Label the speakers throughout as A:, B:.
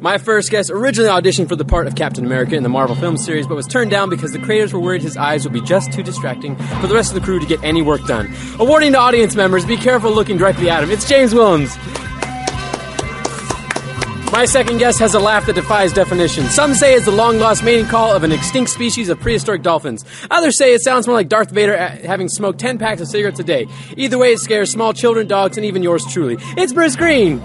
A: My first guest originally auditioned for the part of Captain America in the Marvel film series, but was turned down because the creators were worried his eyes would be just too distracting for the rest of the crew to get any work done. A warning to audience members be careful looking directly at him. It's James Willems. My second guest has a laugh that defies definition. Some say it's the long lost mating call of an extinct species of prehistoric dolphins. Others say it sounds more like Darth Vader uh, having smoked 10 packs of cigarettes a day. Either way, it scares small children, dogs, and even yours truly. It's Bruce Green!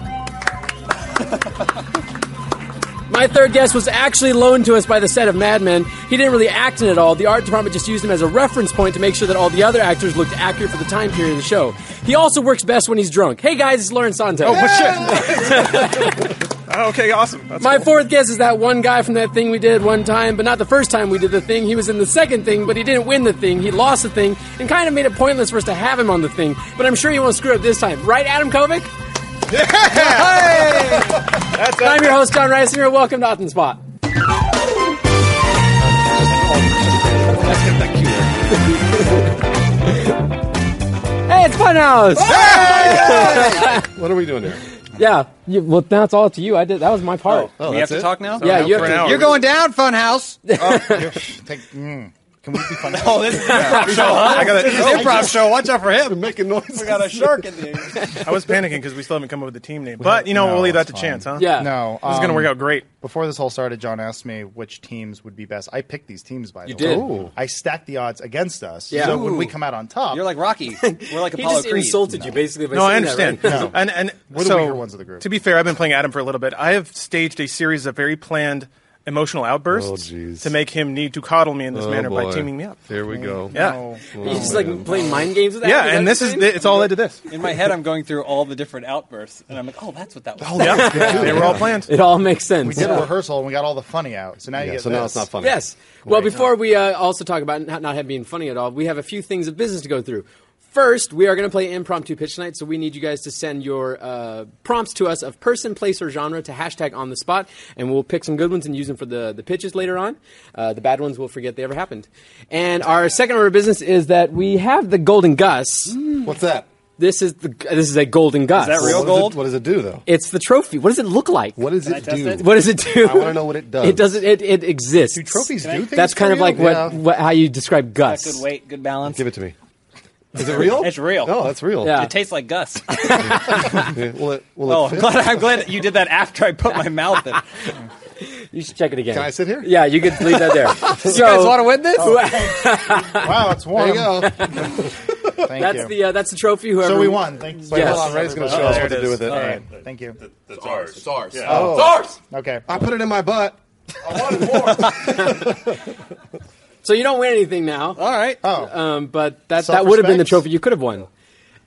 A: My third guest was actually loaned to us by the set of Mad Men. He didn't really act in it at all. The art department just used him as a reference point to make sure that all the other actors looked accurate for the time period of the show. He also works best when he's drunk. Hey guys, it's Lauren Santos.
B: Oh, okay, awesome. That's
A: My
B: cool.
A: fourth guess is that one guy from that thing we did one time, but not the first time we did the thing. He was in the second thing, but he didn't win the thing. He lost the thing and kind of made it pointless for us to have him on the thing. But I'm sure he won't screw up this time, right, Adam Kovic?
B: That's,
A: I'm
B: that's,
A: your host, John Reisinger. Welcome to Austin Spot.
B: let's get that cue.
A: Hey, it's Funhouse.
C: What are we doing here?
A: Yeah, you, well now it's all up to you. I did that was my part.
C: Oh,
D: we have to
C: that's it?
D: talk now?
A: yeah,
B: now
A: you
B: for
A: have
B: an
A: to.
B: hour.
D: You're going down, Funhouse.
C: Take- mm. Can we be funny?
D: Oh, this is an improv show.
B: I, gotta, oh,
D: improv show. Watch out for him.
C: making noises.
D: We got a shark in there.
B: I was panicking because we still haven't come up with a team name. But, you know,
C: no,
B: we'll leave that to
C: it's
B: chance, huh?
A: Yeah.
C: No,
B: This is going to
C: um,
B: work out great.
C: Before this all started, John asked me which teams would be best. I picked these teams by
A: You
C: the way.
A: did. Ooh.
C: I stacked the odds against us.
A: Yeah.
C: So when we
D: Ooh.
C: come out on top,
D: You're like Rocky. We're like
A: He
D: Apollo
A: just
D: Creed.
A: insulted you basically. By
B: No, I
A: saying that,
B: understand.
A: right?
C: No.
B: And, and
C: We're the
B: so,
C: weaker ones of the group.
B: To be fair, I've been playing Adam for a little bit. I have staged a series of very planned emotional outbursts
C: jeez.
B: to make him need to coddle me in this manner
E: Oh,
B: by teaming me up.
C: Here we go.
B: Yeah.
A: You're just like playing mind games with that.
B: Yeah,
A: that
B: and
A: what
B: this
A: you're
B: is
A: saying?
B: it's all led to this.
D: In my head, I'm going through all the different outbursts, and I'm like, oh, that's what that was.
B: Yeah, they were all planned.
A: It all makes sense.
C: We did a rehearsal and we got all the funny out. So now you get
E: so now
C: this.
E: it's not funny.
A: Yes. Well,
C: Right.
A: before we uh, also talk about not, not being funny at all, we have a few things of business to go through. First, we are going to play impromptu pitch tonight, so we need you guys to send your uh, prompts to us of person, place, or genre to hashtag on the spot, and we'll pick some good ones and use them for the, the pitches later on. Uh, the bad ones we'll forget they ever happened. And our second order of business is that we have the Golden Gus.
E: What's that?
A: This is the this is a Golden Gus.
D: that real?
E: What does it-
D: gold?
E: What does it do though?
A: It's the trophy. What does it look like?
E: What does
D: Can I
E: it
D: test
E: do?
D: it?
A: What does it do?
E: I wanna know what it does.
A: It doesn't. It, it exists.
C: Do trophies do things?
A: That's kind
C: for
A: of like
C: you?
A: what,
C: Yeah.
A: what how you describe
D: Got
A: Gus.
D: good weight, good balance.
E: Give it to me. Is it real?
D: It's real.
E: Oh, that's real.
A: Yeah.
D: It tastes like Gus.
E: Yeah, Will it? Will
D: Oh,
E: it
D: I'm
E: fit?
D: glad, I'm glad you did that after I put my mouth in. You
A: You should check it again.
E: Can I sit here? Oh.
A: Yeah, you could leave that there. so
D: guys want to win this?
C: Wow, it's
E: There
C: warm.
E: you go.
C: Thank
A: that's
C: you.
A: the uh, that's the trophy. Whoever
C: so we won. Thanks.
A: Wait, hold
E: on, Ray's gonna show
C: everybody.
E: us what to do with it.
C: All right.
E: All
C: Thank you.
F: That's ours. It's ours. Yeah.
E: Oh,
C: Okay.
E: I put it in my butt.
A: So you don't win anything now.
D: All right.
C: Oh,
A: Um, but that that would have been the
C: Self-respect?
A: trophy you could have won.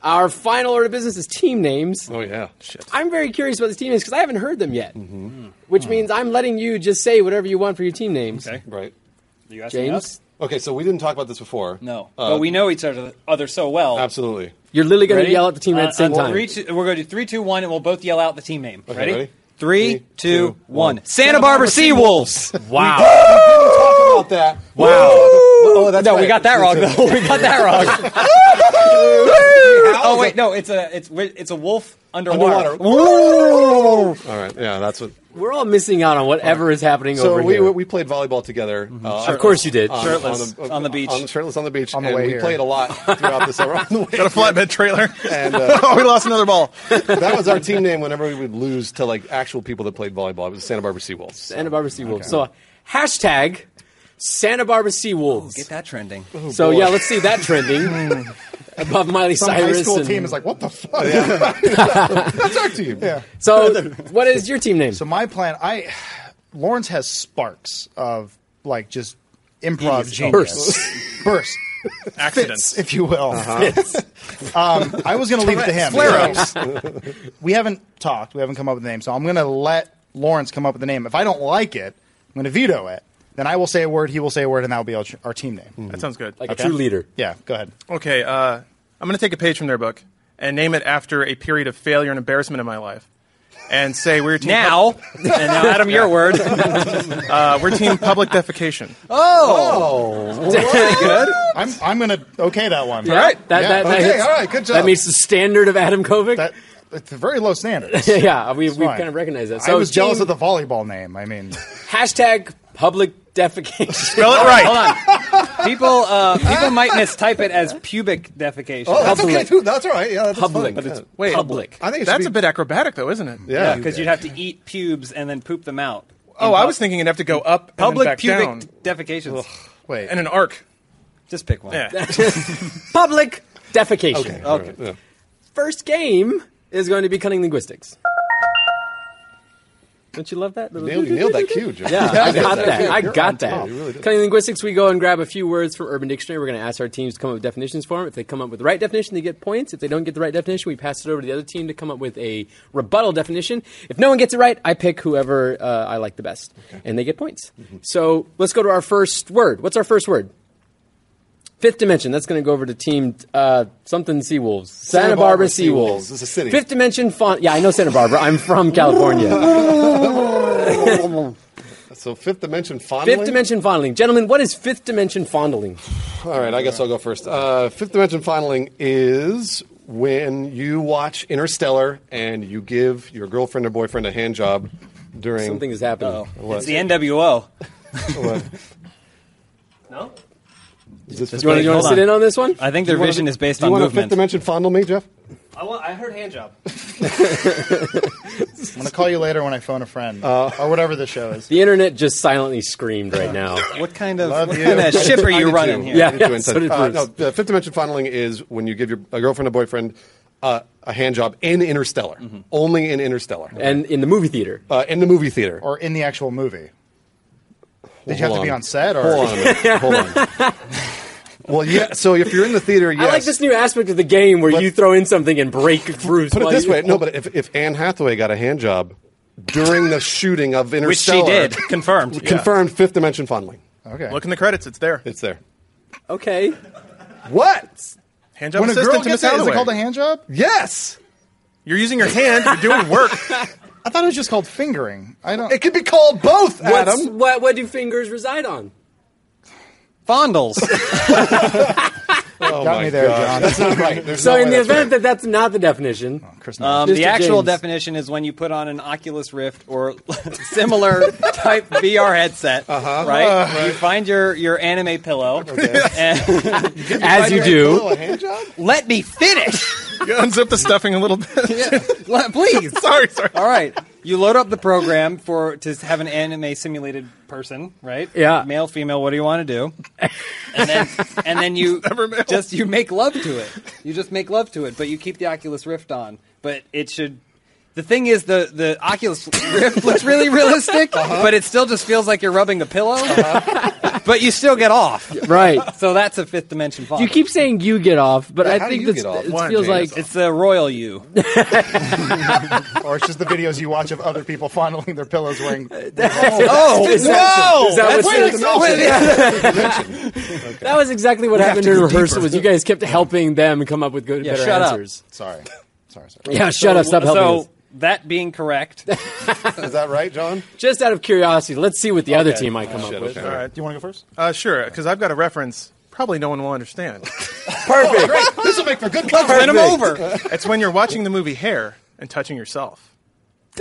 A: Our final order of business is team names.
E: Oh yeah. Shit.
A: I'm very curious about the team names because I haven't heard them yet.
C: Mm-hmm.
A: Which means I'm letting you just say whatever you want for your team names.
D: Okay.
E: Right.
D: Are you asking
A: James,
D: us?
E: Okay, so we didn't talk about this before.
D: No.
E: Uh,
D: but we know each other, other so well.
E: Absolutely.
A: you're literally going to
D: Ready?
A: yell at the team at
D: Uh,
A: the same
D: we'll
A: time.
D: three, two- we're going to do three, two, one, and we'll both yell out the team name.
E: Okay,
D: ready?
E: ready?
D: Three,
E: Three,
D: two,
E: two,
D: one. Santa Barbara Seawolves.
A: Wow.
E: Talk about that. Wow. Oh, that's
D: No, we
E: right.
D: got that
E: It's
D: wrong
E: a-
D: though. We got that wrong. oh wait, no, it's a it's it's a wolf underwater.
E: Underwater. All right. Yeah, that's what.
A: We're all missing out on whatever is happening
E: So
A: over
E: we
A: here.
E: we played volleyball together. Uh,
A: of course you did.
D: Shirtless on the beach.
E: On, shirtless on the beach.
C: On the
E: and
C: way
E: we
C: here.
E: played a lot throughout the summer on the way.
B: Got a flatbed trailer.
E: And uh,
B: oh, we lost another ball.
E: that was our team name whenever we would lose to like actual people that played volleyball. It was Santa Barbara Seawolves.
A: Santa Barbara Seawolves. So hashtag Santa Barbara Seawolves.
D: Get that trending.
A: so yeah, let's see that trending above Miley
C: some high
A: Cyrus.
C: school
A: and-
C: team is like, what the fuck?
E: That's our team.
C: Yeah.
A: so what is your team name?
C: So my plan, I Lawrence has sparks of like just improv genius, burst,
B: Accidents.
C: if you will.
A: Uh-huh.
C: um, I was going to leave it to him. So, we haven't talked. We haven't come up with a name, so I'm going to let Lawrence come up with a name. If I don't like it, I'm going to veto it. Then I will say a word. He will say a word, and that will be our, our team name.
B: That sounds good.
A: like a Hmm. true leader.
C: Yeah, go ahead.
B: Okay, uh, I'm going to take a page from their book and name it after a period of failure and embarrassment in my life, and say we're team
D: Now, and now, Adam, your word.
B: uh, we're team public defecation.
D: good.
C: I'm I'm going to okay that one.
A: All right. That,
C: Yeah.
A: that, that
E: Okay,
A: hits-
E: all right, good job.
A: That meets the standard of Adam Kovic.
C: That it's a very low standard.
A: yeah, we, we
C: fine.
A: kind of recognize that.
C: I
A: So
C: was jealous
A: team-
C: of the volleyball name. I mean,
A: hashtag public defecation.
B: Spell it right.
D: Hold on. People, uh, people might mistype it as pubic defecation.
E: Oh, that's okay
A: Public.
E: too. That's all right. Yeah, that's fine.
A: public.
E: But it's-
B: Wait.
A: public.
E: I think it should
B: That's
E: be-
B: a bit acrobatic, though, isn't it?
E: Yeah.
D: Yeah, because you'd have to eat pubes and then poop them out.
B: Oh, I was thinking it'd have to go up and then
D: Public
B: back
D: pubic
B: down,
D: defecations.
C: wait.
B: and an arc.
D: Just pick one.
B: Yeah.
A: public defecation.
E: Okay. all right, yeah.
A: First game is going to be cunning linguistics. Don't you love that?
E: Nailed, you nailed that cue, Joe.
A: Yeah, I got that. I
E: You're on
A: got that.
E: top. You really did.
A: Cunning linguistics, we go and grab a few words from Urban Dictionary. We're going to ask our teams to come up with definitions for them. If they come up with the right definition, they get points. If they don't get the right definition, we pass it over to the other team to come up with a rebuttal definition. If no one gets it right, I pick whoever uh, I like the best, and they get points.
E: Mm-hmm.
A: So let's go to our first word. What's our first word? Fifth Dimension. That's going to go over to team uh, something Seawolves. Santa, Barbara,
E: Barbara Seawolves.
A: Seawolves.
E: It's a city.
A: Fifth Dimension font. Yeah, I know Santa Barbara. I'm from California.
E: So fifth dimension fondling.
A: Fifth Dimension fondling. Gentlemen, what is Fifth Dimension fondling?
E: All right, I guess I'll go first. Uh, fifth dimension fondling is when you watch Interstellar and you give your girlfriend or boyfriend a hand job during
A: Something is happening.
D: Oh,
E: What?
D: it's the NWO.
E: What?
A: No?
E: Is this
A: Do you want
D: Hold
A: to sit
D: on.
A: in on this one?
D: I think their vision is based on
E: you want a
D: movement.
E: fifth dimension fondle me, Jeff?
A: I, want, I heard hand job.
C: I'm gonna call you later when I phone a friend or whatever the show is.
A: The internet just silently screamed right now.
D: What kind of
C: Love
D: what
C: you.
D: kind of ship are
E: I
D: you
E: did
D: running
E: too.
D: here?
A: Yeah.
E: I did too, and
A: so did
E: uh,
A: Bruce.
E: no, the fifth dimension fondling is when you give your a girlfriend or boyfriend uh, a hand job in Interstellar, only in Interstellar,
A: and in the movie theater.
E: uh, in the movie theater.
C: or in the actual movie.
E: Well,
C: Did you have
E: hold
C: to be on set, or-
E: hold on? A minute. hold on. Well, yeah. So if you're in the theater, yes.
A: I like this new aspect of the game where
E: But-
A: you throw in something and break Bruce.
E: Put it
A: while
E: this
A: you-
E: way, no, but if, if Anne Hathaway got a hand job during the shooting
D: Which
E: of
D: she
E: Interstellar,
D: did, confirmed.
E: confirmed fifth dimension fondling.
C: Okay.
B: Look in the credits; it's there.
E: It's there.
A: Okay.
E: What?
B: Hand job
C: when a
B: assistant
C: girl
B: to Miss
C: gets that, is it
B: Hathaway.
C: called a hand job?
E: Yes,
B: You're using your hand. You're doing work.
C: I thought it was just called fingering. I don't.
E: it could be called both,
A: What's,
E: Adam.
A: what, what do fingers reside on?
D: Fondles.
E: Oh
C: got
E: my
C: me there,
E: God.
C: John.
E: That's not right. There's
A: So,
E: no
A: in
E: way
A: the
E: that's
A: event
E: right.
A: that that's not the definition,
C: Chris
D: Um,
C: knows.
A: Mr.
D: the actual
A: James.
D: definition is when you put on an Oculus Rift or similar type VR headset,
E: Uh-huh.
D: right?
E: Uh,
D: You find your, your anime pillow, and
A: as you do,
E: a hand job?
D: let me finish,
B: You unzip the stuffing a little bit.
D: Le- please.
B: sorry, sorry.
D: All right, you load up the program for to have an anime simulated person, right?
A: Yeah.
D: male, female. What do you want to do? And then, and then you just you make love to it. You just make love to it, but you keep the Oculus Rift on. But it should. The thing is, the the Oculus Rift looks really realistic, but it still just feels like you're rubbing a pillow. but you still get off.
A: right.
D: So that's a fifth dimension font.
A: You keep saying you get off, but
E: how
A: I
E: do
A: think
E: you
A: that's,
E: get off?
A: it
B: Why,
A: feels
B: James?
A: like
D: It's the royal you.
C: or it's just the videos you watch of other people fondling their pillows wearing.
D: Oh,
A: Is that- is that what's in the That was exactly what happened
B: to
A: in
B: go
A: rehearsal.
B: deeper.
A: Was you guys kept helping them come up with good,
D: Yeah,
A: better
D: shut up.
A: answers?
C: sorry. Sorry, sorry.
A: Yeah, shut up! Stop helping
D: so
A: us.
D: that being correct,
E: Is that right, John?
A: Just out of curiosity, let's see what the other team might come
E: Shit,
A: up with.
E: okay.
B: All right.
C: Do you want to go first?
B: Uh, sure, because I've got a reference. Probably no one will understand.
A: Perfect.
E: This will make for good
D: win
E: content.
D: him over.
B: it's when you're watching the movie Hair and touching yourself.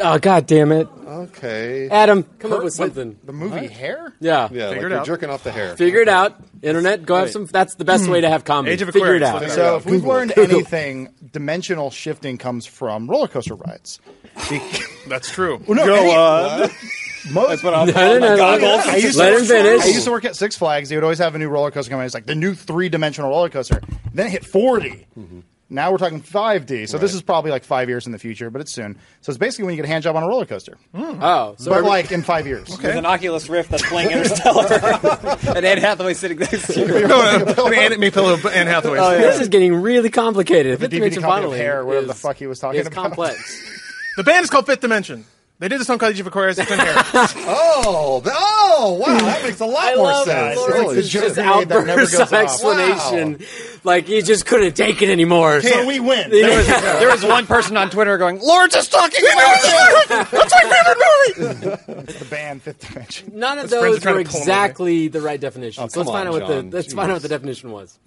A: oh god damn it,
E: Okay.
A: Adam! Come up with something.
C: The movie Hair?
A: Yeah.
E: Yeah, like
B: Figure it
E: you're
B: out.
E: jerking off the hair.
A: Figure it out, internet. Go have some. That's the best way to have comedy.
B: Age of
A: Figure it out.
B: Aquarius, look
C: So if we've
E: Google
C: learned
A: it. Google.
C: anything, dimensional shifting comes from roller coaster rides. Be-
B: That's true.
C: Oh, no, any- Most,
A: No, no, no, no.
C: I used to
A: Let him
C: work- I
A: finish.
C: used to work at Six Flags. They would always have a new roller coaster coming. It's like the new three dimensional roller coaster. Then it hit 40. Now we're talking 5D. So this is probably like five years in the future, but it's soon. So it's basically when you get a hand job on a roller coaster.
A: Oh, so
C: But
A: every-
C: like in five years.
D: There's an Oculus Rift that's playing Interstellar, and Anne Hathaway sitting next to you.
B: no, no, an anime pillow of Anne Hathaway.
A: this is getting really complicated. Fifth
C: DVD
A: Dimension
C: copy of
A: Modeling
C: Hair, whatever
A: is-
C: the fuck he was talking
A: is
C: about.
A: complex.
B: The band is called Fifth Dimension. They did a song called Age of Aquarius. It's in Hair.
E: Oh, th- oh, wow, that makes a lot
A: I
E: more
A: love
E: sense.
C: Lawrence
E: Holy
A: Lawrence's
E: shit.
A: just
C: grenade that never goes
A: outburst of
C: off. Wow.
A: explanation. Like he just couldn't take it anymore.
C: So we win.
A: There was-
D: There was one person on Twitter going, "Lawrence is talking."
C: the band, Fifth Dimension.
A: None of
B: His friends are
A: those
B: trying
A: were
B: to pull him away.
A: exactly the right definition. so
E: come
A: let's find
E: on,
A: out what the
E: John.
A: let's find out
E: Jeez.
A: what the definition was.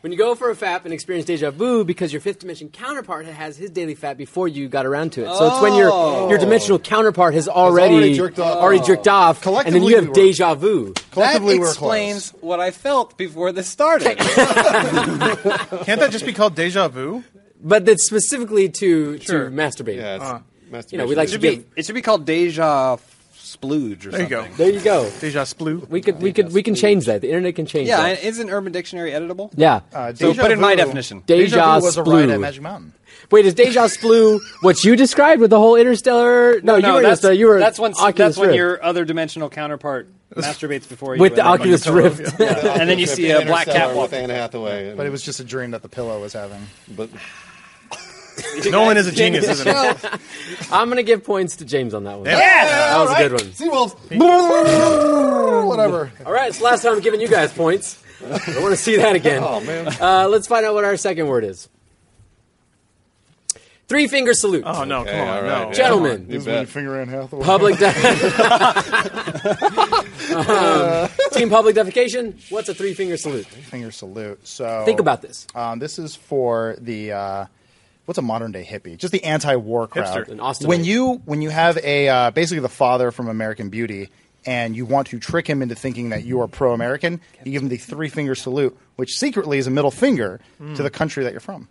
A: When you go for a FAP and experience deja vu because your fifth dimension counterpart has his daily FAP before you got around to it. So it's when your your dimensional counterpart has already,
E: already jerked off.
A: already jerked off, and then
E: Collectively,
A: you have
E: we were-
A: deja vu.
D: That
E: Collectively, we're close.
D: explains what I felt before this started.
B: Can't that just be called deja vu?
A: But that's specifically to
B: Sure.
A: to masturbate.
E: Yeah, it's
A: You know, we like
D: it,
A: to
D: should
A: be.
D: be, it should be called Deja Splooge or
B: There you
D: something.
B: go.
A: There you go.
B: Deja splu.
A: We could we could we can change that. The internet can change
D: Yeah,
A: that.
D: isn't Urban Dictionary editable?
A: yeah.
C: Uh,
D: So
C: Deja
D: put in my
C: Vu-
D: definition.
A: Deja
C: Vu was a ride
A: Splu.
C: at Magic Mountain.
A: Wait, is deja splu what you described with the whole interstellar? No, you were
D: that's,
A: interstellar. You were
D: that's when
A: Oculus
D: that's when
A: Rift.
D: your other dimensional counterpart masturbates before you
A: with the
D: and then-
A: Oculus Rift.
D: Yeah. and then you see a black cat
E: Interstellar
D: walk.
E: with Anne Hathaway. and-
C: But it was just a dream that the pillow was having.
E: but
B: Nolan is a genius, isn't he?
A: I'm gonna give points to James on that one.
E: that
A: was a good one.
E: Sea wolves. Whatever.
A: All right, it's the last time I'm giving you guys points. I want to see that again.
E: Oh man.
A: Uh, let's find out what our second word is. Three finger salute,
B: Oh no,
E: Okay,
B: come
E: all
B: on,
E: right,
B: no.
E: yeah.
A: gentlemen.
E: You bet.
C: finger in Hathaway.
A: Public de- Um, team public defecation. What's a three finger salute?
C: finger salute. So
A: Think about this.
C: Um, this is for the uh, what's a modern day hippie? Just the anti-war crowd.
B: Hipster.
A: An Austinite.
C: When you when you have a uh, basically the father from American Beauty, and you want to trick him into thinking that you are pro-American, you give him the three-finger salute, which secretly is a middle finger to the country that you're from.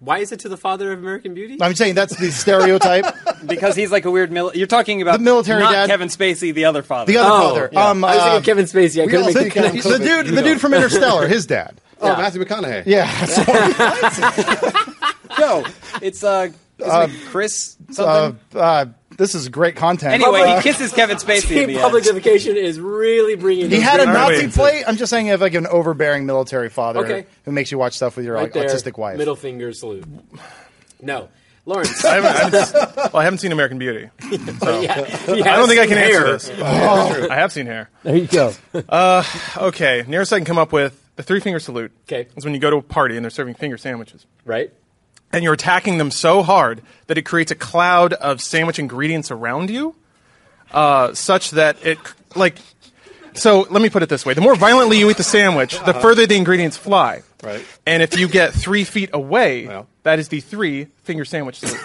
A: Why is it to the father of American Beauty?
C: I'm saying that's the stereotype.
D: because he's like a weird mil- You're talking about
C: The military
D: not
C: dad.
D: Kevin Spacey, the other father.
C: The other
A: Oh,
C: father,
A: yeah.
C: um,
A: I was thinking
C: uh,
A: Kevin Spacey. I
C: we
A: couldn't
C: all
A: make
C: think
A: the
C: that-
E: connection.
C: the dude,
E: You
C: the
E: know.
C: dude from Interstellar, his dad.
E: Oh, Matthew McConaughey.
C: Yeah, so,
D: no, it's uh, isn't it Chris
C: uh,
D: something.
C: uh, this is great content.
D: anyway,
C: Uh,
D: he kisses Kevin Spacey. at
A: Team
D: the
A: public
D: end.
A: defecation is really bringing.
C: He
A: those
C: had a
A: great-
B: Alright,
C: Nazi
B: wait.
C: plate. I'm just saying, you have like an overbearing military father
A: Okay.
C: who makes you watch stuff with your
A: right
C: like,
A: there,
C: autistic wife.
A: Middle finger salute. No, Lawrence.
B: I haven't, I haven't s- well, I haven't seen American Beauty.
A: yeah,
B: I don't think I can
A: hair.
B: answer this. I have seen hair. Uh,
A: There you go.
B: Okay, nearest I can come up with the three finger salute.
A: Okay.
B: is when you go to a party and they're serving finger sandwiches,
A: right?
B: and you're attacking them so hard that it creates a cloud of sandwich ingredients around you, uh, such that it c- like. So let me put it this way: the more violently you eat the sandwich, the further the ingredients fly.
E: Right.
B: And if you get three feet away,
E: Well.
B: that is the three finger sandwich salute.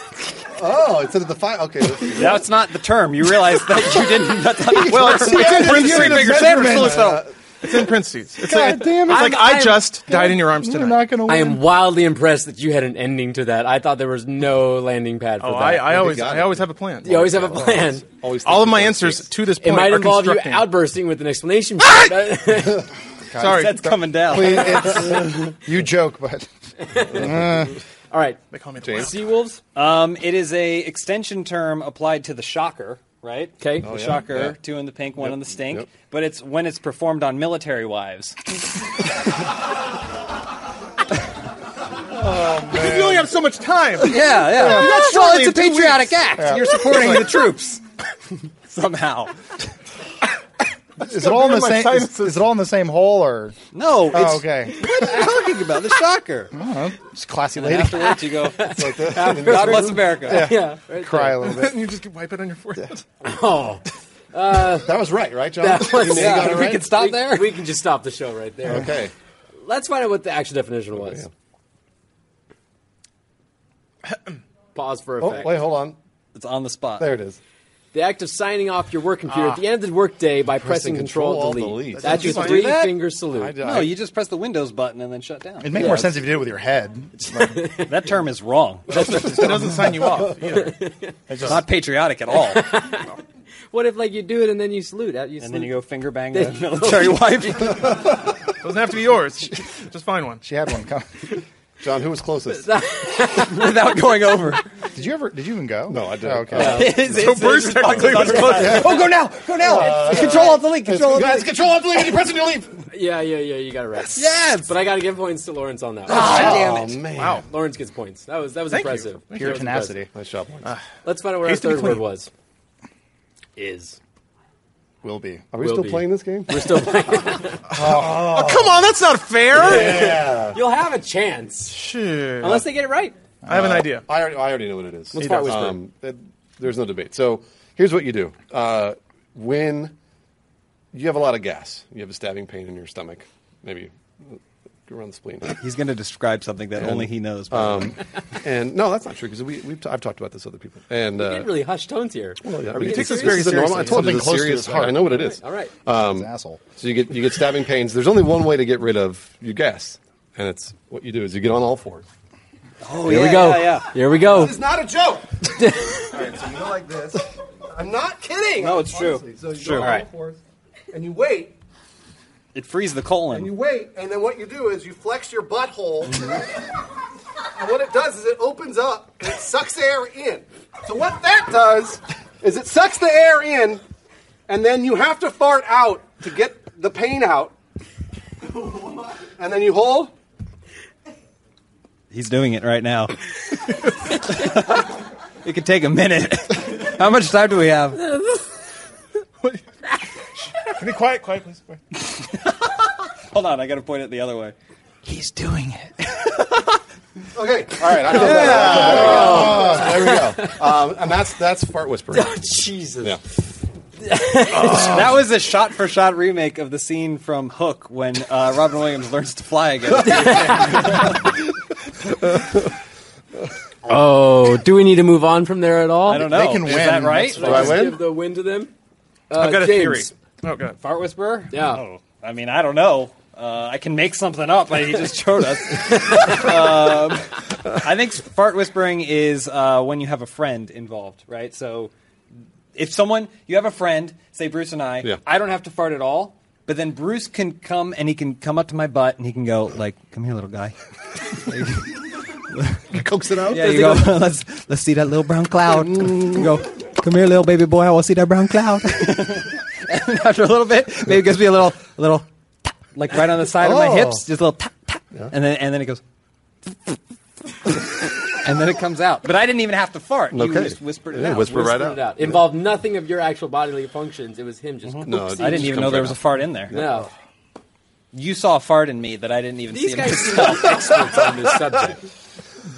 E: Oh, instead of the five. Okay. this-
D: That's not the term. You realize that you didn't. That's not the
B: well, it's, it's in Uh, parentheses.
D: Three finger
B: It's in
D: salute,
B: parentheses.
D: though.
B: It's in parentheses. It's,
C: God
B: like,
C: damn it.
B: it's like
A: I'm-
B: I just died in your arms tonight.
C: gonna
A: I am wildly impressed that you had an ending to that. I thought there was no landing pad for
B: Oh,
A: that.
B: I, Oh, I always,
E: got
B: I
E: it.
B: always have a plan.
A: you always have a plan.
E: Always
B: All of
E: think
B: my
E: before
B: answers
E: six.
B: to this
A: It
B: point
A: might
B: are
A: involve you
B: constructing. Ah!
A: outbursting with an explanation. but-
B: Sorry,
D: That's coming down.
C: It's- you joke, but
A: All right,
B: they call me the
E: James.
A: Sea Wolves.
D: Um, it is a extension term applied to the shocker, right?
A: 'Kay.
D: the
A: Oh,
E: yeah.
D: shocker,
E: Yeah.
D: two in the pink, one in the stink.
E: Yep.
D: But it's when it's performed on military wives.
B: You only have so much time.
D: Yeah, yeah.
B: that's
D: well,
B: shortly
D: it's a
B: in two
D: patriotic
B: weeks.
D: act. You're supporting the troops somehow.
C: is it all in the
B: my
C: same? Is,
B: sinuses.
C: is it all in the same hole or?
D: No, it's
C: Oh, okay.
D: what are you talking about? The shocker.
C: It's classy
D: And
C: lady.
D: afterwards, you go. "Ah, God bless America.
A: Yeah, right
C: Cry a little bit.
B: you just wipe it on your forehead.
A: there. Oh,
E: That was right, right, John?
A: that was-
E: You got it
D: If we
E: right?
D: could stop
A: we,
D: there.
A: we can just stop the show right there.
E: Okay.
A: Let's find out what the actual definition was. Pause for
E: Oh,
A: effect.
E: wait, hold on.
D: It's on the spot.
E: There it is.
A: The act of signing off your work computer at the end of the workday by pressing, Control,
E: Control,
A: delete.
E: delete.
A: That's your
B: Did you
A: three
D: do that?
A: finger salute.
E: I did-
D: No,
E: I-
D: you just press the Windows button and then shut down.
C: It'd make more sense if you did it with your head.
D: That term is wrong. That's
B: It doesn't sign you off either.
D: not patriotic at all.
A: What if like you do it and then you salute? uh, You
D: And then
A: salute.
D: you go finger bang the military wife.
B: Doesn't have to be yours. Just find one.
C: She had one. Come.
E: John, who was closest?
D: without going over.
C: Did you ever? Did you even go?
E: No, I didn't.
C: Oh, okay.
B: So Bruce technically was close.
D: Oh, go now, go now. control alt delete. Control alt delete.
E: control, delete, and you press and you leave.
A: Yeah, yeah, yeah. You got it right.
D: Yes.
A: But I got to give points to Lawrence on that.
E: Oh, man.
B: Wow.
A: Lawrence gets points. That was that was
B: Thank you.
A: impressive.
B: Thank
A: That
C: Pure
A: was
C: tenacity.
E: Nice job. Lawrence.
A: impressive. Let's find out what our
B: Needs to be
A: third word
B: clean.
A: was. Is
C: Will be.
E: Are we
A: Will
E: still
A: be.
E: playing this game?
A: we're still playing.
B: Oh, come on, that's not fair.
A: You'll have a chance
B: Shit.
A: unless they get it right.
B: I have an idea.
E: I already, I already know what it is.
A: Let's part whisper.
E: that- there's no debate. So here's what you do. Uh, when you have a lot of gas, you have a stabbing pain in your stomach, maybe Go around the spleen.
D: He's going to describe something that only he knows. by the way.
E: and no, that's not true because we we've t- I've talked about this with other people. And uh,
A: We get really hushed tones here.
E: well, yeah,
A: Are we
E: it
A: getting
E: takes this
A: serious?
E: very normal. I
C: seriously.
E: told you
C: Something
E: it's
C: close to
E: serious
C: his
E: heart.
C: heart.
E: I know what it is.
A: All right.
C: He's an asshole.
E: So you get you get stabbing pains. There's only one way to get rid of your gas, and it's what you do is you get on all fours.
D: oh,
A: Here
D: yeah,
A: we go.
D: Yeah, yeah.
A: Here we go.
E: not a joke. all right, so you go like this. I'm not kidding.
D: No, it's true.
E: Honestly, So you
D: It's true.
E: go on
D: All right.
E: all fours, and you wait,
D: It frees the
E: and you
D: colon.
E: wait, and then what you do is you flex your butthole,
D: Mm-hmm.
E: and what it does is it opens up and it sucks air in. So what that does is it sucks the air in, and then you have to fart out to get the pain out, and then you hold.
D: He's doing it right now. it could take a minute. How much time do we have?
B: Can you quiet, quiet, please? Quiet.
D: Hold on, I got to point it the other way. He's doing it.
E: Okay, all right, I feel better. There we go. Um, and that's that's fart whispering.
A: Oh, Jesus.
E: Yeah.
D: That was a shot for shot remake of the scene from Hook when uh, Robin Williams learns to fly again.
A: Oh, do we need to move on from there at all?
D: I don't know.
C: They can
D: Is
C: win.
D: that right?
A: Should I
E: I
A: just
E: win?
A: give the win to them? Uh,
B: I've got a
A: James.
B: theory. Oh god.
D: Fart Whisperer?
A: Yeah.
D: Oh, I mean, I don't know. Uh, I can make something up, but he just showed us. um, I think fart whispering is uh, when you have a friend involved, right? So if someone, you have a friend, say Bruce and I,
E: Yeah.
D: I don't have to fart at all, but then Bruce can come and he can come up to my butt and he can go, like, come here, little guy.
E: Coax it out.
D: Yeah, you go. let's let's see that little brown cloud.
A: Mm.
D: You go. Come here, little baby boy. I want to see that brown cloud. and after a little bit, maybe it gives me a little, a little, tap, like right on the side of my
E: Oh.
D: hips, just a little tap tap, and then and then it goes, and then it comes out. But I didn't even have to fart. You
E: Okay.
D: just whispered it
E: Yeah,
D: out.
E: whisper right
A: Spit it out. Involved nothing of your actual bodily functions. It was him just.
E: No,
A: oopsie.
D: Mm-hmm. I didn't
E: Just
D: even
E: comes
D: know there
E: right
D: was a
E: out.
D: fart in there.
A: No.
D: You saw a fart in me that I didn't even
A: These
D: see.
A: guys seem like experts on this subject.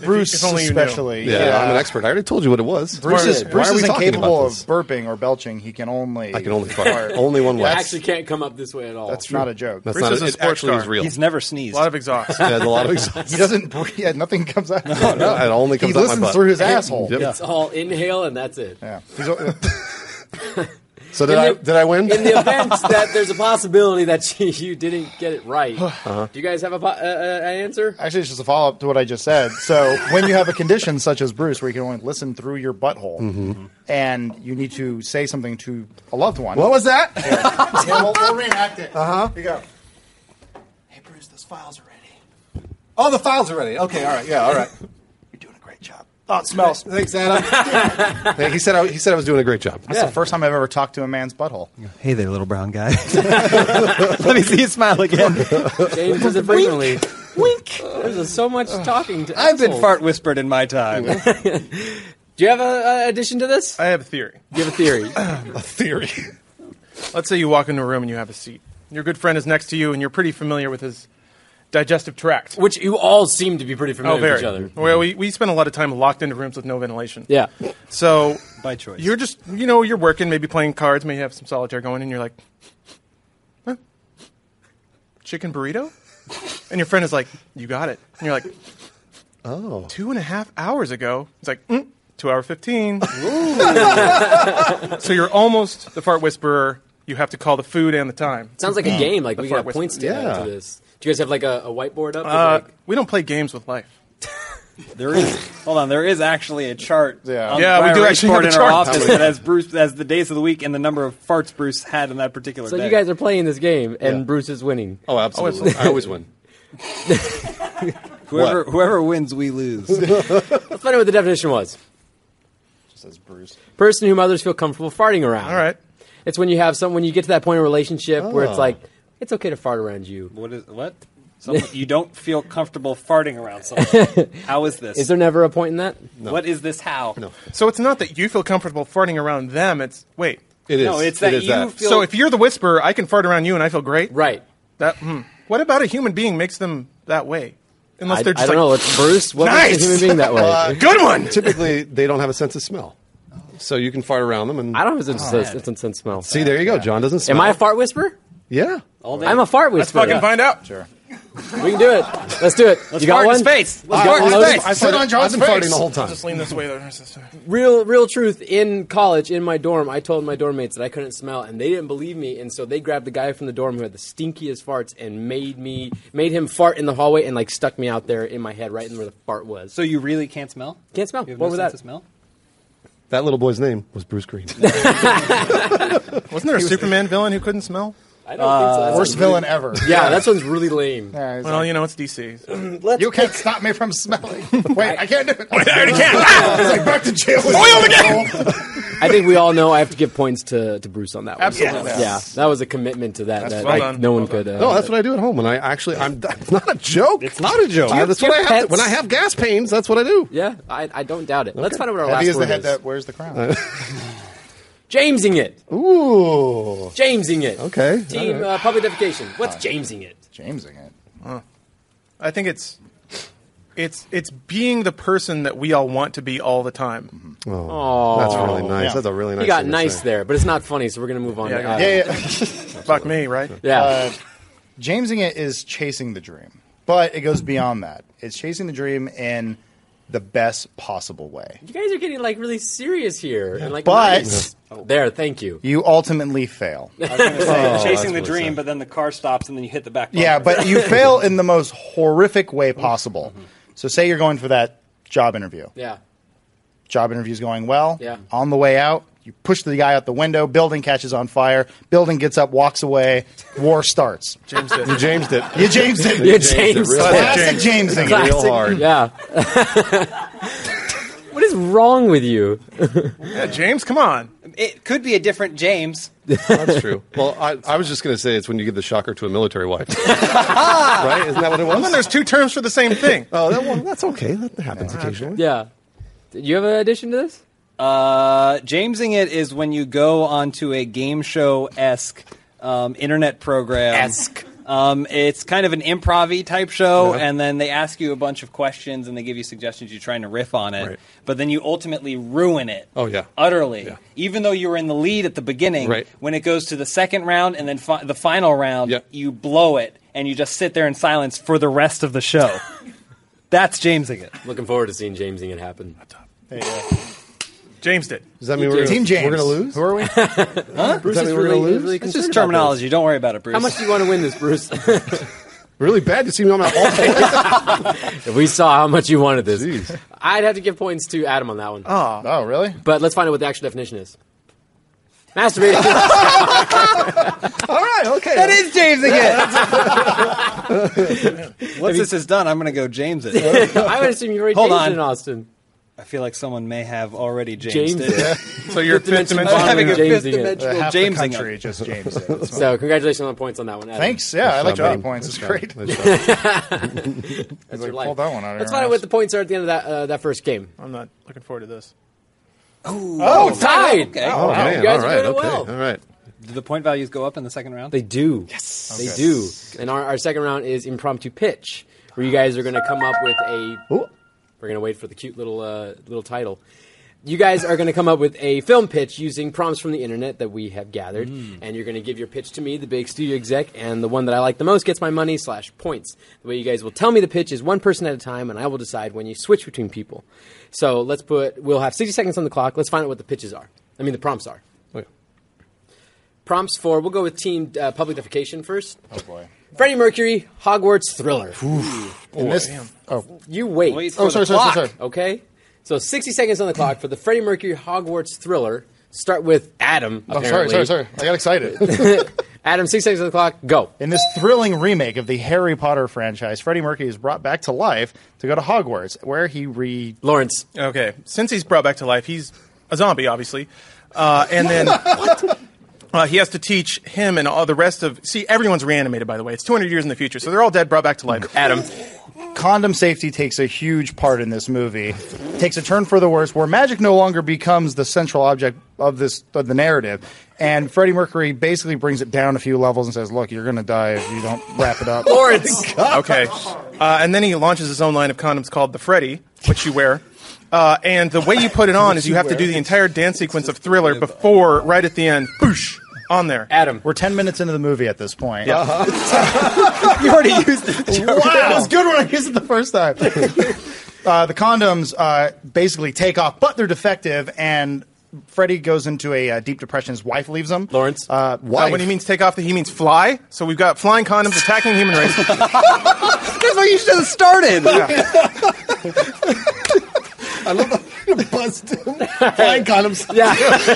C: Bruce,
B: if only you knew.
C: especially.
E: Yeah, I'm an expert. I already told you what it was.
C: Bruce is,
A: Why
C: Bruce
E: are we
C: is
E: talking
C: incapable
E: about
C: of
E: this?
C: burping or belching. He can only.
E: I can only fart. only one way.
A: I actually can't come up this way at all.
C: That's not a joke.
E: That's
B: Bruce
E: not
B: is a
E: it.
B: sports
E: Actually,
B: star.
E: is real.
D: He's never sneezed.
B: A lot of exhaust.
E: Yeah, there's a lot of exhaust.
C: he doesn't breathe. yeah, Nothing comes out.
E: no, it only comes
C: he
E: out my
C: listens
E: butt.
C: through his asshole.
E: Yep.
A: It's all inhale and that's it.
C: Yeah. He's uh, a-
E: So did
A: In
E: I?
A: the-
E: Did I win?
A: In the event that there's a possibility that you, you didn't get it right,
D: Uh-huh.
A: do you guys have a po- uh, uh, an answer?
C: Actually, it's just a follow up to what I just said. So, when you have a condition such as Bruce, where you can only listen through your butthole,
E: Mm-hmm.
C: and you need to say something to a loved one,
E: what was Uh-huh. that?
C: yeah, we'll, we'll reenact it. Uh huh. You go.
F: Hey, Bruce, those files are ready.
E: Oh, the files are ready. Okay, all right. Yeah, all right.
F: You're doing a great job.
C: Oh, it smells. That's
E: Thanks, Adam. Yeah, he said I, he said I was doing a great job.
A: Yeah.
C: the first time I've ever talked to a man's butthole.
D: Hey there, little brown guy. Let me see you smile again.
A: James does it frequently. Wink. There's so much talking. To
D: I've been
A: assholes.
D: fart whispered in my time.
A: Do you have an addition to this?
B: I have a theory.
A: Do you have a theory?
E: A theory.
B: Let's say you walk into a room and you have a seat. Your good friend is next to you, and you're pretty familiar with his digestive tract.
A: Which you all seem to be pretty familiar
B: Oh, very.
A: with each other.
B: Well, we, we spend a lot of time locked into rooms with no ventilation.
A: Yeah.
B: So
D: By choice.
B: you're just you know you're working, maybe playing cards, maybe have some solitaire going, and you're like, huh? chicken burrito, and your friend is like, you got it, and you're like, oh, two and a half hours ago. It's like mm, two hour fifteen. so you're almost the fart whisperer. You have to call the food and the time.
A: Sounds like a game. Like we
B: fart
A: got
B: whisper.
A: points to,
E: Yeah.
A: add to this. Do you guys have like a, a whiteboard up?
B: Uh,
A: Like-
B: we don't play games with life.
D: There is. hold on. There is actually a chart.
C: Yeah.
D: on
B: Yeah,
D: the
B: we do
D: Briar
B: actually
D: Report
B: have a
D: in our
B: chart.
D: office that has Bruce has the days of the week and the number of farts Bruce had on that particular
A: so
D: day.
A: you guys are playing this game, and Bruce is winning.
E: Oh, absolutely. I always win.
D: whoever whoever wins, we lose. That's
A: Let's find out what the definition was.
C: Just says Bruce.
A: Person whom others feel comfortable farting around.
B: All right. Oh.
A: It's when you have some when you get to that point in a relationship where it's like it's okay to fart around you.
D: what is what? Someone, you don't feel comfortable farting around someone. How is this?
A: Is there never a point in that?
D: What is this? How? No.
B: So it's not that you feel comfortable farting around them. It's wait.
E: It is.
D: No, it's that
E: it is
D: you
E: that.
D: feel-
B: so if you're the whisperer, I can fart around you and I feel great.
A: Right.
B: That. Hmm. What about a human being makes them that way? Unless
A: I,
B: they're
A: I
B: just
A: don't know.
B: like
A: It's Bruce. What makes a
B: Nice!
A: human being that way?
B: good one.
E: Typically, they don't have a sense of smell, so you can fart around them and
A: I don't have a sense, sense, sense, of smell.
E: see. There you go. John doesn't smell.
A: Am I a fart whisperer?
E: Yeah.
D: All day.
A: I'm a fart
B: Let's
A: whisperer.
B: fucking find out.
C: Sure.
A: We can do it. Let's do it. you got
D: fart in
A: one?
D: space.
A: You got
D: Let's fart in
A: one loaded?
D: space.
E: I sit on John's
B: I've been
E: face
B: farting
E: the whole time.
B: Just lean this way. There.
A: Real, real truth. In college, in my dorm, I told my dorm mates that I couldn't smell, and they didn't believe me. And so they grabbed the guy from the dorm who had the stinkiest farts and made me, made him fart in the hallway and like stuck me out there in my head, right in where the fart was.
D: So you really can't smell?
A: Can't smell.
D: You have
A: Oh, What
D: no
A: was
D: sense
A: that?
D: of smell?
G: That little boy's name was Bruce Green.
B: Wasn't there a Superman villain who couldn't smell?
A: I don't think so. That's
C: Worst
A: a-
C: villain ever.
A: Yeah, that one's really lame.
C: Yeah, he's
B: Well,
C: like,
B: you know it's DC. so-
C: you can't stop me from smelling. Wait, I can't do it. Wait, I already
B: can't.
C: it's like back to jail. Oiled again.
A: I think we all know I have to give points to, to Bruce on that one.
B: Absolutely.
A: Yeah, that was a commitment to that. that
B: well done.
A: No one
B: Well
A: could. Uh,
G: No, that's what I do at home when I actually. I'm. That's not a joke.
D: It's not a joke.
G: Uh, that's
A: your
G: what I have. To,
A: pets-
G: when I have gas pains, that's what I do.
A: Yeah, I, I don't doubt it. Let's find out what our
C: Heavy
A: last
C: is the
A: word
C: head
A: is. Uh.
C: that wears the crown.
A: Jamesing it.
G: Ooh.
A: Jamesing it.
G: Okay.
A: Team uh, public defecation. What's Jamesing it?
C: Jamesing it.
B: I think it's it's it's being the person that we all want to be all the
A: Mm-hmm.
B: time.
G: Oh, that's really nice.
C: yeah.
G: That's a really nice.
A: You got
G: thing to
A: nice
G: say.
A: there, but it's not funny, so we're gonna move on.
B: Yeah,
A: to,
B: yeah.
A: uh,
C: Yeah, yeah.
B: Fuck me, right?
A: yeah.
G: Uh,
C: Jamesing it is chasing the dream, but it goes beyond that. It's chasing the dream in the best possible way.
A: you guys are getting like really serious here, and like
C: But-
A: nice. there, thank you.
C: You ultimately fail.
D: chasing the
G: what it
D: dream,
G: said.
D: but then the car stops and then you hit the back. bumper.
C: Yeah, but you fail in the most horrific way possible. So, say you're going for that job interview.
A: Yeah,
C: Job interview's going well.
A: Yeah.
C: On the way out, you push the guy out the window. Building catches on fire. Building gets up, walks away. War starts.
B: James did.
G: You James did.
C: You James it.
A: you
G: James
A: James.
G: it real
A: Classic.
C: Classic Jamesing. it.
G: Classic. Real hard.
A: Yeah. what is wrong with you?
B: Yeah, James, come on.
D: it could be a different James.
G: That's true. Well, I, I was just going to say it's when you give the shocker to a military wife, right? Isn't that what it
B: Well,
G: was?
B: there's two terms for the same thing.
G: oh, that, well, that's okay. That happens occasionally.
A: Yeah. Do you have an addition to this?
D: Uh, Jamesing it is when you go onto a game show esque um, internet program.
A: Esque.
D: Um, it's kind of an improv type show, and then they ask you a bunch of questions and they give you suggestions. You're trying to riff on it,
G: Right.
D: but then you ultimately ruin it.
G: Oh, yeah.
D: utterly.
G: Yeah.
D: Even though you were in the lead at the beginning,
G: Right.
D: when it goes to the second round and then fi- the final round,
G: Yeah.
D: you blow it, and you just sit there in silence for the rest of the show. That's Jamesing it.
A: Looking forward to seeing Jamesing it happen.
C: There you go.
B: James did.
G: Does that mean we're
C: Team
G: gonna,
C: James.
G: we're going to lose?
C: Who are we?
A: Bruce
G: that
A: is
G: mean we're
A: really,
G: gonna lose?
A: really concerned
D: It's
A: about
D: just
A: this.
D: terminology. Don't worry about it, Bruce.
A: How much do you want to win this, Bruce?
G: Really bad. You see me on my all
A: if we saw how much you wanted this,
G: Jeez.
A: I'd have to give points to Adam on that one.
B: Ah,
C: Oh, really?
A: But let's find out what the actual definition is. Masturbating.
G: All right. Okay.
D: That is James again. Once this is done, I'm going to go James it.
A: I would assume you've already
D: Hold
A: James
D: on.
A: in Austin.
D: I feel like someone may have already James,
A: James
D: it.
A: it.
B: So you're fifth
A: dimension
B: dimensional.
A: bond.
D: having a
A: Jamesing it.
D: fifth
C: Uh,
D: dimensional
C: half
D: James
C: the country just James. it. It's fine.
A: So congratulations on the points on that one. Adam.
C: Thanks. Yeah, I like
G: job,
C: your
G: buddy.
C: points. It's great.
A: That's
C: Like,
A: your life.
C: pull that one out of
A: Let's find out
C: your ass.
A: what the points are at the end of that uh, that first game.
B: I'm not looking forward to this.
A: Oh, tied.
D: Okay.
G: Oh man.
A: You guys
G: all
A: are
G: right.
A: doing
G: Okay.
A: well.
G: All right.
D: Do the point values go up in the second round?
A: They do. Yes. They do. And our, our second round is impromptu pitch, where you guys are going to come up with a. We're going to wait for the cute little uh, little title. You guys are going to come up with a film pitch using prompts from the internet that we have gathered,
C: Mm.
A: and you're going to give your pitch to me, the big studio exec, and the one that I like the most gets my money slash points. The way you guys will tell me the pitch is one person at a time, and I will decide when you switch between people. So let's put. We'll have 60 seconds on the clock. Let's find out what the pitches are. I mean, the prompts are.
G: Okay.
A: Prompts for. We'll go with team uh, public defecation first.
C: Oh boy.
A: Freddie Mercury, Hogwarts Thriller.
C: And this, oh,
A: You wait.
D: Wait for
C: oh,
D: the
C: sorry, sorry, sorry,
D: clock.
C: sorry.
A: Okay? So 60 seconds on the clock for the Freddie Mercury Hogwarts Thriller. Start with Adam.
C: Oh,
A: Apparently.
C: sorry, sorry, sorry. I got excited.
A: Adam, 60 seconds on the clock. Go.
C: In this thrilling remake of the Harry Potter franchise, Freddie Mercury is brought back to life to go to Hogwarts, where he re.
A: Lawrence.
B: Okay. Since he's brought back to life, he's a zombie, obviously. Uh, and then Uh, he has to teach him and all the rest of. See, everyone's reanimated, by the way. It's 200 years in the future, so they're all dead, brought back to life.
A: Adam.
C: Condom safety takes a huge part in this movie. takes a turn for the worse, where magic no longer becomes the central object of this of the narrative, and Freddie Mercury basically brings it down a few levels and says, "Look, you're going to die if you don't wrap it up."
A: Lawrence.
B: Okay. Uh, and then he launches his own line of condoms called the Freddy, which you wear. Uh, and the way you put it on is you have to do the entire dance sequence of Thriller before, right at the end, boosh. on there.
D: Adam,
C: We're 10 minutes into the movie at this point.
D: you already used the joke.
C: That was good when I used it the first time. uh, the condoms uh, basically take off, but they're defective, and Freddy goes into a uh, deep depression. His wife leaves him.
A: Lawrence?
C: Uh,
B: Uh,
C: wife.
B: when he means take off, he means fly. So we've got flying condoms attacking the human race.
D: That's where you should have started.
H: Bust flying condoms.
A: Yeah,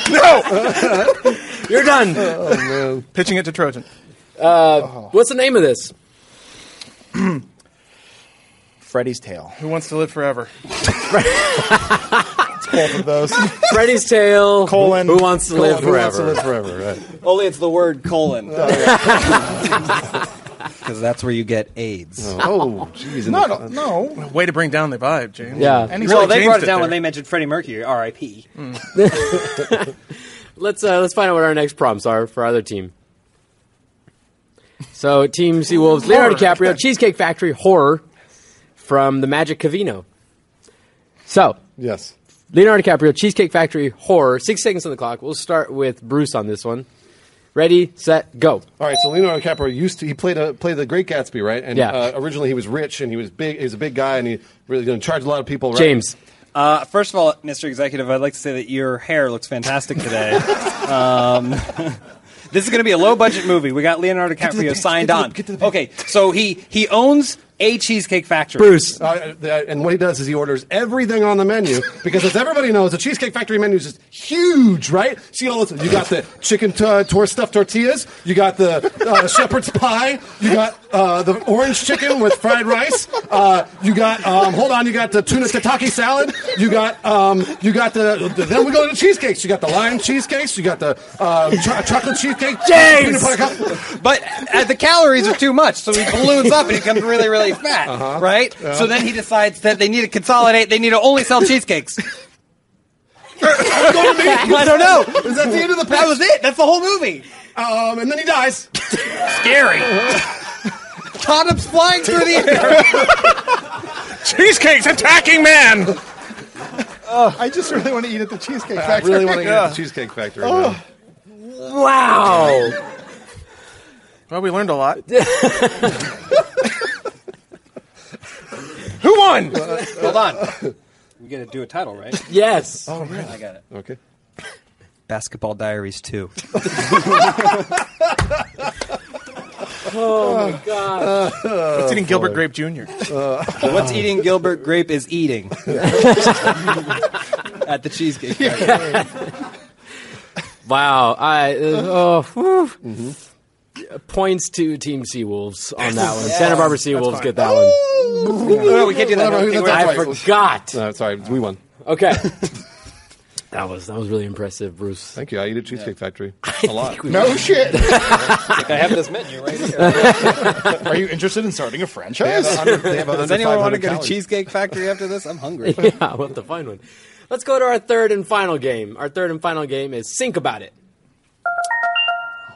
B: no,
A: you're done.
C: Oh.
B: pitching it to Trojan.
A: What's the name of this?
C: Freddy's tail.
B: Who wants to live forever?
C: Both of those.
A: Freddy's Tale.
C: Colon.
A: Who wants to live
E: Who wants to
A: forever?
E: live forever, right?
D: Only it's the word colon. Because that's where you get AIDS.
E: Oh, jeez.
C: no, no, no.
B: Way to bring down the vibe, James.
A: Yeah.
C: And he's
D: Well,
C: like,
D: they
B: changed
D: brought it
B: it
D: down when
B: there.
D: they mentioned Freddie Mercury, R.I.P.
A: Let's uh, let's find out what our next prompts are for our other team. So, Team Sea Wolves: Leonardo DiCaprio, Cheesecake Factory, horror from the Magic Cavino. So,
E: Yes.
A: Leonardo DiCaprio, Cheesecake Factory, horror. Six seconds on the clock. We'll start with Bruce on this one. Ready, set, go.
E: All right, so Leonardo DiCaprio used to he played a, played the Great Gatsby, right? And
A: Yeah.
E: uh, originally he was rich and he was big. He was a big guy and he really you know, charged a lot of people. Right?
A: James.
D: Uh, first of all, Mr. Executive, I'd like to say that your hair looks fantastic today. um, this is going to be a low budget movie. We got Leonardo DiCaprio signed on. okay, so he he owns a cheesecake factory.
A: Bruce.
E: Uh, the- and what he does is he orders everything on the menu because, as everybody knows, the Cheesecake Factory menu is just huge, right? So you, know, listen, you got the chicken t- tor- stuffed tortillas, you got the uh, shepherd's pie, you got uh, the orange chicken with fried rice, uh, you got um, hold on, you got the tuna tataki salad, you got um, you got the, the- then we go to the cheesecakes, you got the lion cheesecakes, you got the uh, cho- chocolate cheesecake,
A: James!
E: peanut butter cup-
D: But uh, the calories are too much, so he balloons up and he becomes really, really fat,
E: Uh-huh.
D: right? So then he decides that they need to consolidate. They need to only sell cheesecakes. I don't know.
E: Is that the end of the
D: That was it. That's the whole movie.
E: Um, and then he dies.
D: Scary. Condoms flying through the air.
B: Cheesecake's attacking man.
C: I just really want to eat at the Cheesecake
E: I
C: Factory.
E: really want to get the Cheesecake Factory. man.
A: Wow.
B: Well, we learned a lot. Who won?
D: Hold on. We gotta do a title, right?
A: yes.
D: I got it.
E: Okay.
D: Basketball Diaries 2.
A: Oh,
B: It's eating Gilbert Grape Jr.
D: What's eating Gilbert Grape is eating. At the cheesecake. Factory.
A: Wow. I uh, oh, whew. Points to Team Seawolves on that one. Santa Barbara Seawolves get that one.
D: No, we can't do that.
E: I don't know who
D: We're-
E: that's
A: I
E: right.
A: forgot.
E: No, sorry, we won.
A: Okay. That was that was really impressive, Bruce.
E: Thank you. I eat at Cheesecake Factory a lot.
C: No shit.
D: I have this menu right here.
C: Are you interested in starting a
E: They have
C: franchise?
E: a hundred- they have a
D: Does
E: hundred,
D: anyone want to
E: 500
D: go to
E: calories.
D: Cheesecake Factory after this? I'm hungry.
A: yeah, what the fine one. Let's go to our third and final game. Our third and final game is Think About It.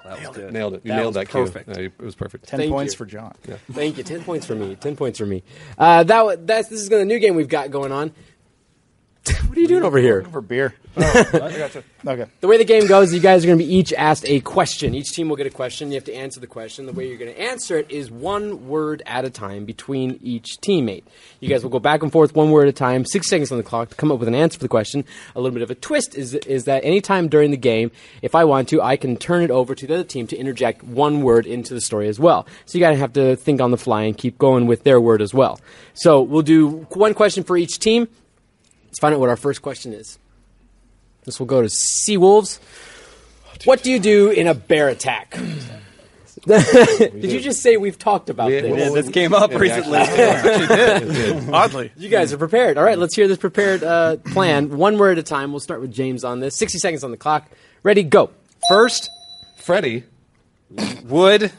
D: That was good.
E: Nailed it. You
D: That
E: nailed
D: was
E: that cue.
D: perfect.
E: Yeah, you- it was perfect.
C: 10
A: Thank
C: points
A: you.
C: for John.
A: Thank you. Ten points for me. Ten points for me. Uh, that wa- that's this is gonna new game we've got going on. what are you doing over here?
C: For beer. Okay.
A: The way the game goes, you guys are going to be each asked a question. Each team will get a question. You have to answer the question. The way you're going to answer it is one word at a time between each teammate. You guys will go back and forth one word at a time, six seconds on the clock to come up with an answer for the question. A little bit of a twist is, is that anytime during the game, if I want to, I can turn it over to the other team to interject one word into the story as well. So you got to have to think on the fly and keep going with their word as well. So we'll do one question for each team. Let's find out what our first question is. This will go to Sea Wolves. What do you do in a bear attack? Did you just say we've talked about
E: We-
A: this?
E: we-
D: This came up recently.
B: Oddly,
A: You guys are prepared. All right, let's hear this prepared uh, plan. One word at a time. We'll start with James on this. 60 seconds on the clock. Ready, go.
D: First,
E: Freddie,
D: would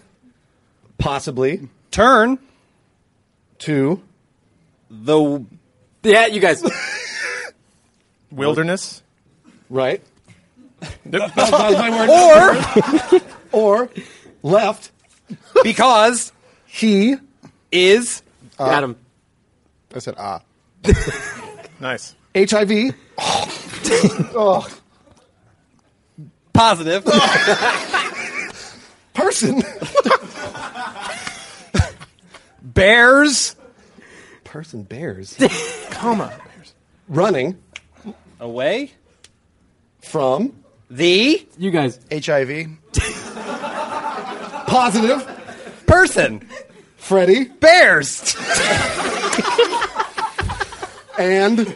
E: possibly
D: turn
E: two.
D: the
A: Yeah, you guys.
B: wilderness.
E: Right.
B: Nope.
E: That was my word.
D: or
E: Or left.
D: because
E: He.
D: is
A: Adam.
C: I said, ah.
B: nice.
E: HIV.
D: positive.
G: person.
B: Bears.
G: person bears
B: Comma.
G: running
D: Away?
G: from
D: The
A: You guys,
C: HIV.
G: positive
D: person.
G: Freddy
D: Bears.
G: and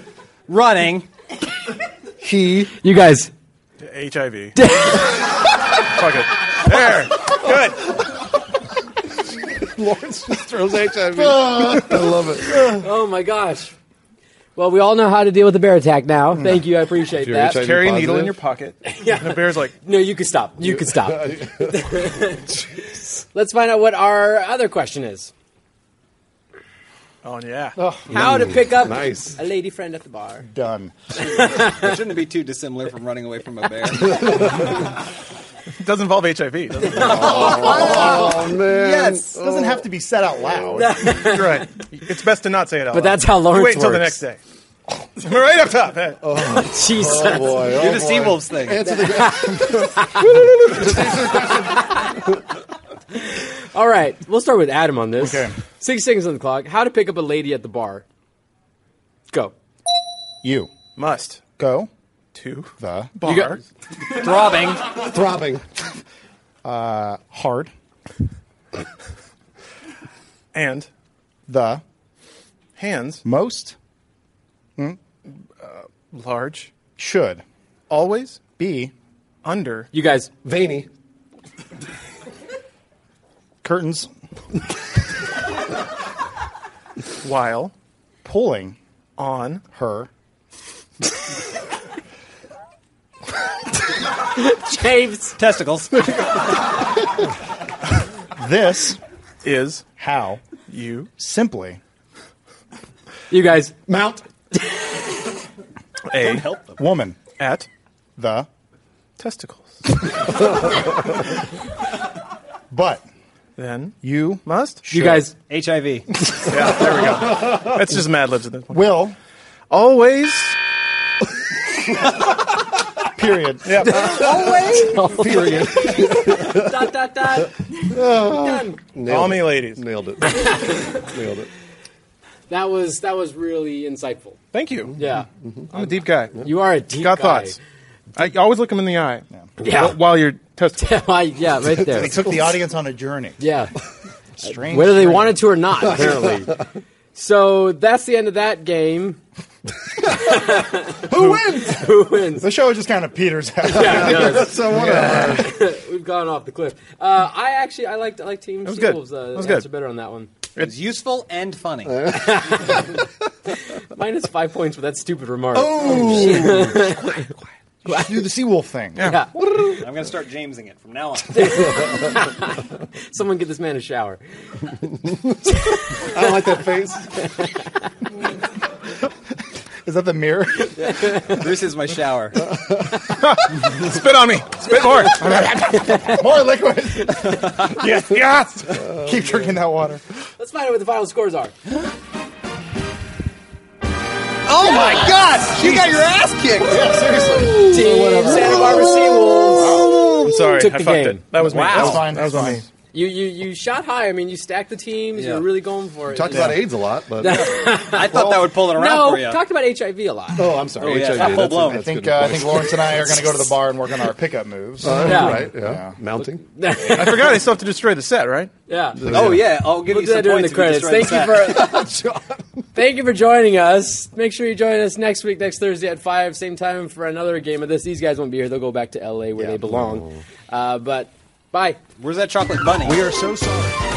D: Running.
G: he
A: you guys,
B: HIV. Fuck it. There. Good.
G: Lawrence just throws HIV. I love it.
A: oh my gosh. Hmm. Well, we all know how to deal with a bear attack now. Thank you, I appreciate
G: you're
A: that.
G: HIV
B: Carry a needle
G: positive.
B: in your pocket. Yeah. And the bear's like,
A: No, you can stop. You can stop. Let's find out what our other question is.
B: oh yeah.
A: How to pick up
G: nice.
A: a lady friend at the bar.
C: Done.
D: It shouldn't be too dissimilar from running away from a bear.
B: It does involve HIV. doesn't it?
G: Oh
C: Um,
G: man.
D: yes.
C: It doesn't have to be said out loud.
B: You're right. It's best to not say it out
A: But
B: loud.
A: that's how
B: You
A: Lawrence
B: Wait until the next
A: works.
B: day. right up top. Hey.
A: Jesus.
G: Oh boy. Oh,
D: Do the
G: boy.
D: Seawolves thing.
G: Answer the
A: All right, we'll start with Adam on this.
C: Okay.
A: Six seconds on the clock. How to pick up a lady at the bar. Go.
C: You
B: Must
C: go
B: to
C: the
B: bar.
A: got-
D: Throbbing.
G: throbbing.
C: hard
B: and
C: the
B: hands
C: most
B: large
C: should
B: always
C: be
B: under
A: You guys,
G: Veiny.
C: curtains
B: while
C: pulling
B: on
C: her
A: James,
D: Testicles.
C: this
B: is
C: how
B: you
C: simply
A: you guys,
G: Mount.
B: a
C: woman
B: at
C: the
B: testicles.
C: but
B: Then
C: you
B: must.
A: you guys,
D: HIV.
B: Yeah, there we go. That's just Mad Libs at this point.
C: will
B: Always
C: period
G: Period.
A: dot dot dot. Done.
B: call me ladies.
G: Nailed it. Nailed it.
A: That was that was really insightful.
B: Thank you.
A: Yeah,
B: I'm a deep guy.
A: you are a deep
B: Got
A: guy.
B: thoughts. I always look them in the eye.
A: Yeah.
B: Wh- While you're testing.
A: Why, yeah, right there.
C: we took the audience on a journey
A: Yeah,
C: strange
A: whether they
C: journey.
A: wanted to or not, apparently. So that's the end of that game.
C: who wins
A: Who wins?
C: the show just kind of peters out
G: So what?
A: We've gone off the cliff. Uh, I actually I liked I liked Team
B: was good.
A: Sequels. Uh,
B: That was good.
A: answer better on that one.
D: It's Uh. useful and funny.
A: Minus five points for that stupid remark.
B: Oh.
C: do the seawolf thing
A: Yeah.
D: I'm going to start Jamesing it from now on.
A: Someone get this man a shower.
G: I don't like that face.
C: is that the mirror
D: Bruce is my shower.
B: Spit on me. Spit more.
C: more liquid
B: yes, yes.
C: keep drinking that water
A: Let's find out what the final scores are.
D: Oh my God! You got your ass kicked.
C: yeah seriously
A: Team Santa Barbara Seawolves.
B: I'm sorry.
A: Took
B: I
A: the
B: fucked
A: game.
B: it. That was me.
C: that's fine
B: That was on me.
A: You, you you shot high. I mean, you stacked the teams.
D: Yeah.
A: You're really going for it.
G: Talked about AIDS a lot, but
D: I thought that would pull it around
A: No,
D: for you.
A: talked about HIV a lot.
G: oh, I'm sorry.
D: Oh, yeah,
G: HIV.
D: it's not full
G: that's-
D: blown.
G: that's
C: I think
G: good
C: uh, I
G: advice.
C: think Lawrence and I are going to go to the bar and work on our pickup moves.
G: Uh,
A: Yeah.
G: Right. Yeah.
C: Yeah.
G: Mounting.
B: I forgot I still have to destroy the set, right?
A: Yeah.
D: oh yeah, I'll give
A: We'll
D: you
A: do that
D: some
A: during the
D: points
A: credits.
D: if you destroy
A: Thank
D: the
A: you for thank you for joining us. Make sure you join us next week, next Thursday at five, same time for another game of this. These guys won't be here; they'll go back to LA where they belong. Uh, but bye.
D: set. Where's that chocolate bunny?
C: We are so sorry.